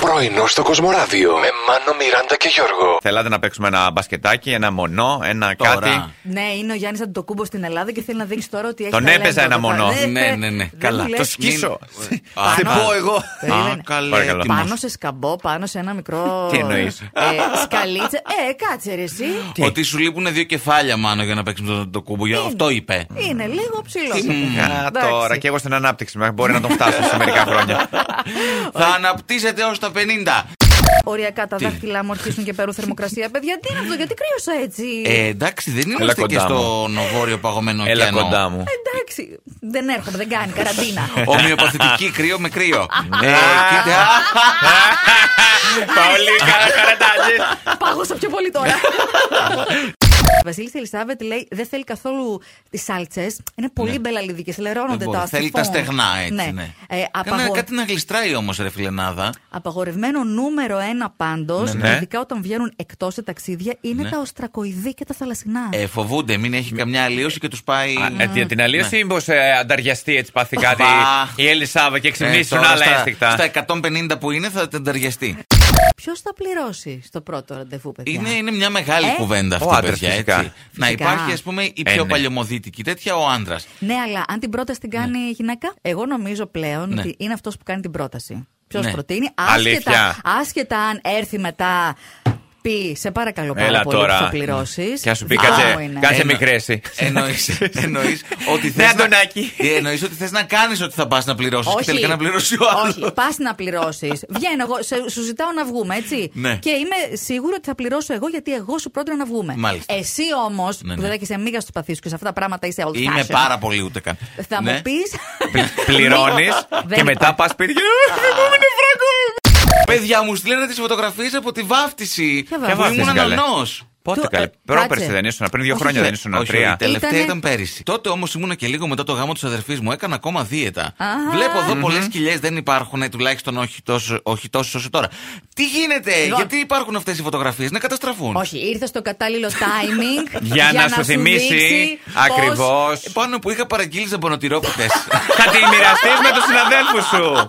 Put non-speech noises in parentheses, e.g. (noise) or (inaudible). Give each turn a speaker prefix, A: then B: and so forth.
A: Πρωινό στο Κοσμοράδιο με Μάνο, Μιράντα και Γιώργο.
B: Θέλατε να παίξουμε ένα μπασκετάκι, ένα μονό, ένα
C: Τώρα.
B: κάτι.
D: Ναι, είναι ο Γιάννης Αντιτοκούμπος στην Ελλάδα και θέλει να δείξει τώρα ότι έχει.
B: Τον
D: ταλέντο.
B: έπαιζα ένα μονό.
D: Δεν-
C: Ναι, ναι, ναι.
D: δεν
C: Καλά.
D: μου λες.
B: Το σκίσω.
C: Α,
B: Σε
D: πάνω.
B: πω εγώ.
D: Περίμενε.
C: Α, καλέ,
B: Παρακαλώ.
C: έτοιμος.
D: Πάνω σε σκαμπό, πάνω σε ένα μικρό.
B: Τι εννοείς?
D: Ε, σκαλίτσα. Ε, κάτσε ρε, εσύ.
C: Ότι σου λείπουν δύο κεφάλια, μάλλον, για να παίξουμε το, το κούμπο. Γι' αυτό είπε.
D: Είναι λίγο ψηλό.
B: Α, τώρα και εγώ στην ανάπτυξη μου. Μπορεί να τον φτάσω σε
C: (laughs)
B: μερικά χρόνια.
C: Θα αναπτύσσεται έω τα 50.
D: Οριακά τα δάχτυλά μου αρχίσουν και παίρνουν θερμοκρασία. Παιδιά, τι είναι αυτό, γιατί κρύωσα έτσι.
C: Ε, εντάξει, δεν
B: Έλα
C: είμαστε
B: κοντά
C: και στον βόρειο παγωμένο
B: Έλα
C: ωκεανό.
B: κοντά (laughs) μου.
D: Εντάξει, δεν έρχομαι, δεν κάνει καραντίνα.
C: Ομοιοπαθητική, κρύο με κρύο. ε, κοίτα.
B: Παολί, καλά χαρατάζει.
D: Πάγωσα πιο πολύ τώρα. (laughs) Βασίλη Ελισάβετ λέει δεν θέλει καθόλου τις σάλτσες. Είναι πολύ μπελαλιδικέ. Λερώνονται
C: Λοιπόν,
D: τα
C: Ναι. Θέλει τα
D: σιφόν.
C: στεγνά έτσι. Ναι.
D: Ναι. Ε,
C: Κάνε
D: απαγο-
C: κάτι να γλιστράει όμως, ρε φιλενάδα.
D: Απαγορευμένο νούμερο ένα πάντως,
B: Ναι, ναι.
D: ειδικά όταν βγαίνουν εκτός σε ταξίδια, είναι τα οστρακοειδή και τα θαλασσινά.
C: Ναι. Ε, φοβούνται, μην έχει καμιά αλλίωση και τους πάει.
B: Α, ε, τι- Την αλλίωση
C: Ναι.
B: ή μήπως ε, ανταριαστεί έτσι πάθει κάτι
C: Βα.
B: η Ελισάβα και
C: Ε,
B: ξυπνήσουν
C: τώρα
B: άλλα
C: στα-
B: ένστικτα.
C: Στα 150 που είναι θα τενταριαστεί.
D: Ποιος θα πληρώσει στο πρώτο ραντεβού, παιδιά.
C: Είναι, είναι μια μεγάλη
D: Ε.
C: κουβέντα
B: Ο
C: αυτή,
B: άντρας,
C: παιδιά.
B: φυσικά.
C: Έτσι. Να
D: Φυσικά.
C: υπάρχει, ας πούμε, η
B: Ε,
C: πιο
B: ναι.
C: παλιωμοδίτικη τέτοια, ο άντρας.
D: Ναι, αλλά αν την πρόταση την κάνει η γυναίκα, εγώ νομίζω πλέον
C: Ναι.
D: ότι είναι αυτός που κάνει την πρόταση. Ποιος
C: Ναι.
D: προτείνει,
B: Αλήθεια.
D: άσχετα, άσχετα αν έρθει μετά πει σε παρακαλώ πάρα
B: Έλα
D: πολύ
B: τώρα.
D: που θα πληρώσεις.
B: Και να σου πει κάτσε,
D: Ε,
B: κάτσε
C: Εννο-
B: μικρέση.
C: Εννοεί ότι
B: Ναι,
C: θες.
B: Αντωνάκη.
C: Εννοείς ότι θες να κάνεις ότι θα πας να πληρώσεις και τελικά να πληρώσει ο άλλος.
D: όχι, πας να πληρώσεις. Βγαίνω εγώ, σε- σου ζητάω να βγούμε, έτσι.
C: Ναι.
D: Και είμαι σίγουρη ότι θα πληρώσω εγώ γιατί εγώ σου πρότεινα να βγούμε.
C: Μάλιστα.
D: Εσύ όμως,
C: Ναι,
D: που
C: ναι.
D: δεν έχεις μίγα στου παθού και σε αυτά τα πράγματα είσαι old
C: Είναι
D: fashioned,
C: πάρα πολύ ούτε καν.
D: Θα
C: Ναι.
D: μου πει. (laughs)
B: Πληρώνει και
D: Δεν
B: μετά πα σπίτι.
D: (laughs)
B: και, «Ε, θυμούμαι Φράγκο».
C: Παιδιά μου, στείλανε τις φωτογραφίες από τη βάφτιση.
D: Ποια
C: Που
D: βάφτιση,
C: ήμουν
B: καλέ?
C: νονό.
B: Πότε
D: Του-
B: καλέ.
D: ε,
B: Πρόπερση
D: κάτσε.
B: δεν ήσουν, πριν δύο
D: Όχι,
B: χρόνια δεν
D: όχι.
B: ήσουν τρία.
C: η τελευταία
D: Ήτανε-
C: ήταν πέρυσι. Τότε όμως ήμουν και λίγο μετά το γάμο της αδερφής μου. Έκανα ακόμα δίαιτα. Βλέπω εδώ πολλές κοιλιές δεν υπάρχουν, ε, τουλάχιστον όχι τόσο, όχι τόσο όσο τώρα. Τι γίνεται,
D: Λοιπόν.
C: γιατί υπάρχουν αυτές οι φωτογραφίες, να καταστραφούν.
D: Όχι, ήρθε στο κατάλληλο timing.
B: (laughs) Για να σου θυμίσει
D: δείξει πώς-
B: ακριβώ.
C: Ε, Πάνω που είχα παραγγείλει ζαμπονοτυρόπιτε.
D: (laughs)
B: Θα τη μοιραστείς με τους συναδέλφους σου.